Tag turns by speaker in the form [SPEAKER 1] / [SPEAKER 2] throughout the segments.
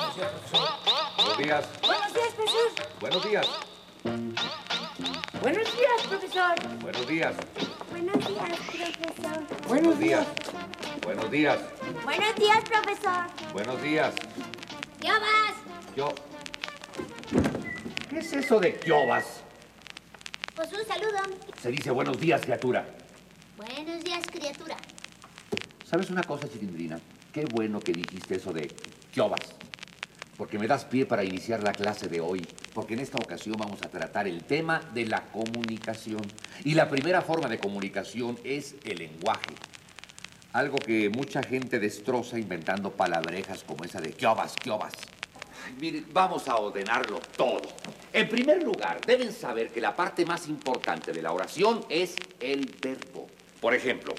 [SPEAKER 1] Buenos días.
[SPEAKER 2] Buenos días, profesor.
[SPEAKER 1] Buenos días.
[SPEAKER 2] Buenos días, profesor.
[SPEAKER 1] Buenos días.
[SPEAKER 3] Buenos días, profesor.
[SPEAKER 1] Buenos días. Buenos días.
[SPEAKER 3] Buenos días, profesor.
[SPEAKER 1] Buenos días.
[SPEAKER 3] ¿Ya vas?
[SPEAKER 1] Yo. ¿Qué es eso de Kiobas?
[SPEAKER 3] Pues un saludo.
[SPEAKER 1] Se dice buenos días, criatura.
[SPEAKER 3] Buenos días, criatura.
[SPEAKER 1] ¿Sabes una cosa, Chilindrina? Qué bueno que dijiste eso de Kiobas. Porque me das pie para iniciar la clase de hoy. Porque en esta ocasión vamos a tratar el tema de la comunicación. Y la primera forma de comunicación es el lenguaje. Algo que mucha gente destroza inventando palabrejas como esa de Kiobas, Kiobas. Ay, Mire, vamos a ordenarlo todo. En primer lugar, deben saber que la parte más importante de la oración es el verbo. Por ejemplo,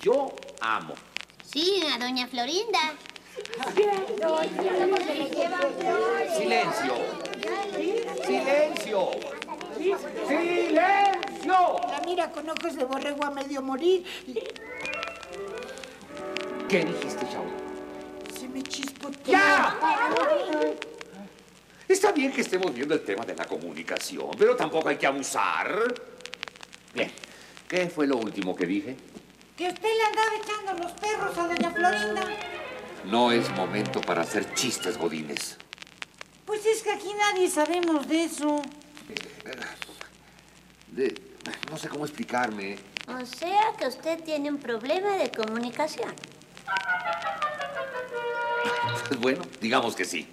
[SPEAKER 1] yo amo.
[SPEAKER 3] Sí, a doña Florinda.
[SPEAKER 1] Silencio. Silencio. Silencio.
[SPEAKER 4] La mira con ojos de borrego a medio morir. y
[SPEAKER 1] ¿Qué dijiste, Chau?
[SPEAKER 4] Se me chispoteó.
[SPEAKER 1] ¡Ya! Está bien que estemos viendo el tema de la comunicación, pero tampoco hay que abusar. Bien, ¿qué fue lo último que dije?
[SPEAKER 4] Que usted le andaba echando los perros a doña Florinda.
[SPEAKER 1] No es momento para hacer chistes, Godines.
[SPEAKER 4] Pues es que aquí nadie sabemos de eso.
[SPEAKER 1] no sé cómo explicarme.
[SPEAKER 3] O sea que usted tiene un problema de comunicación.
[SPEAKER 1] Bueno, digamos que sí.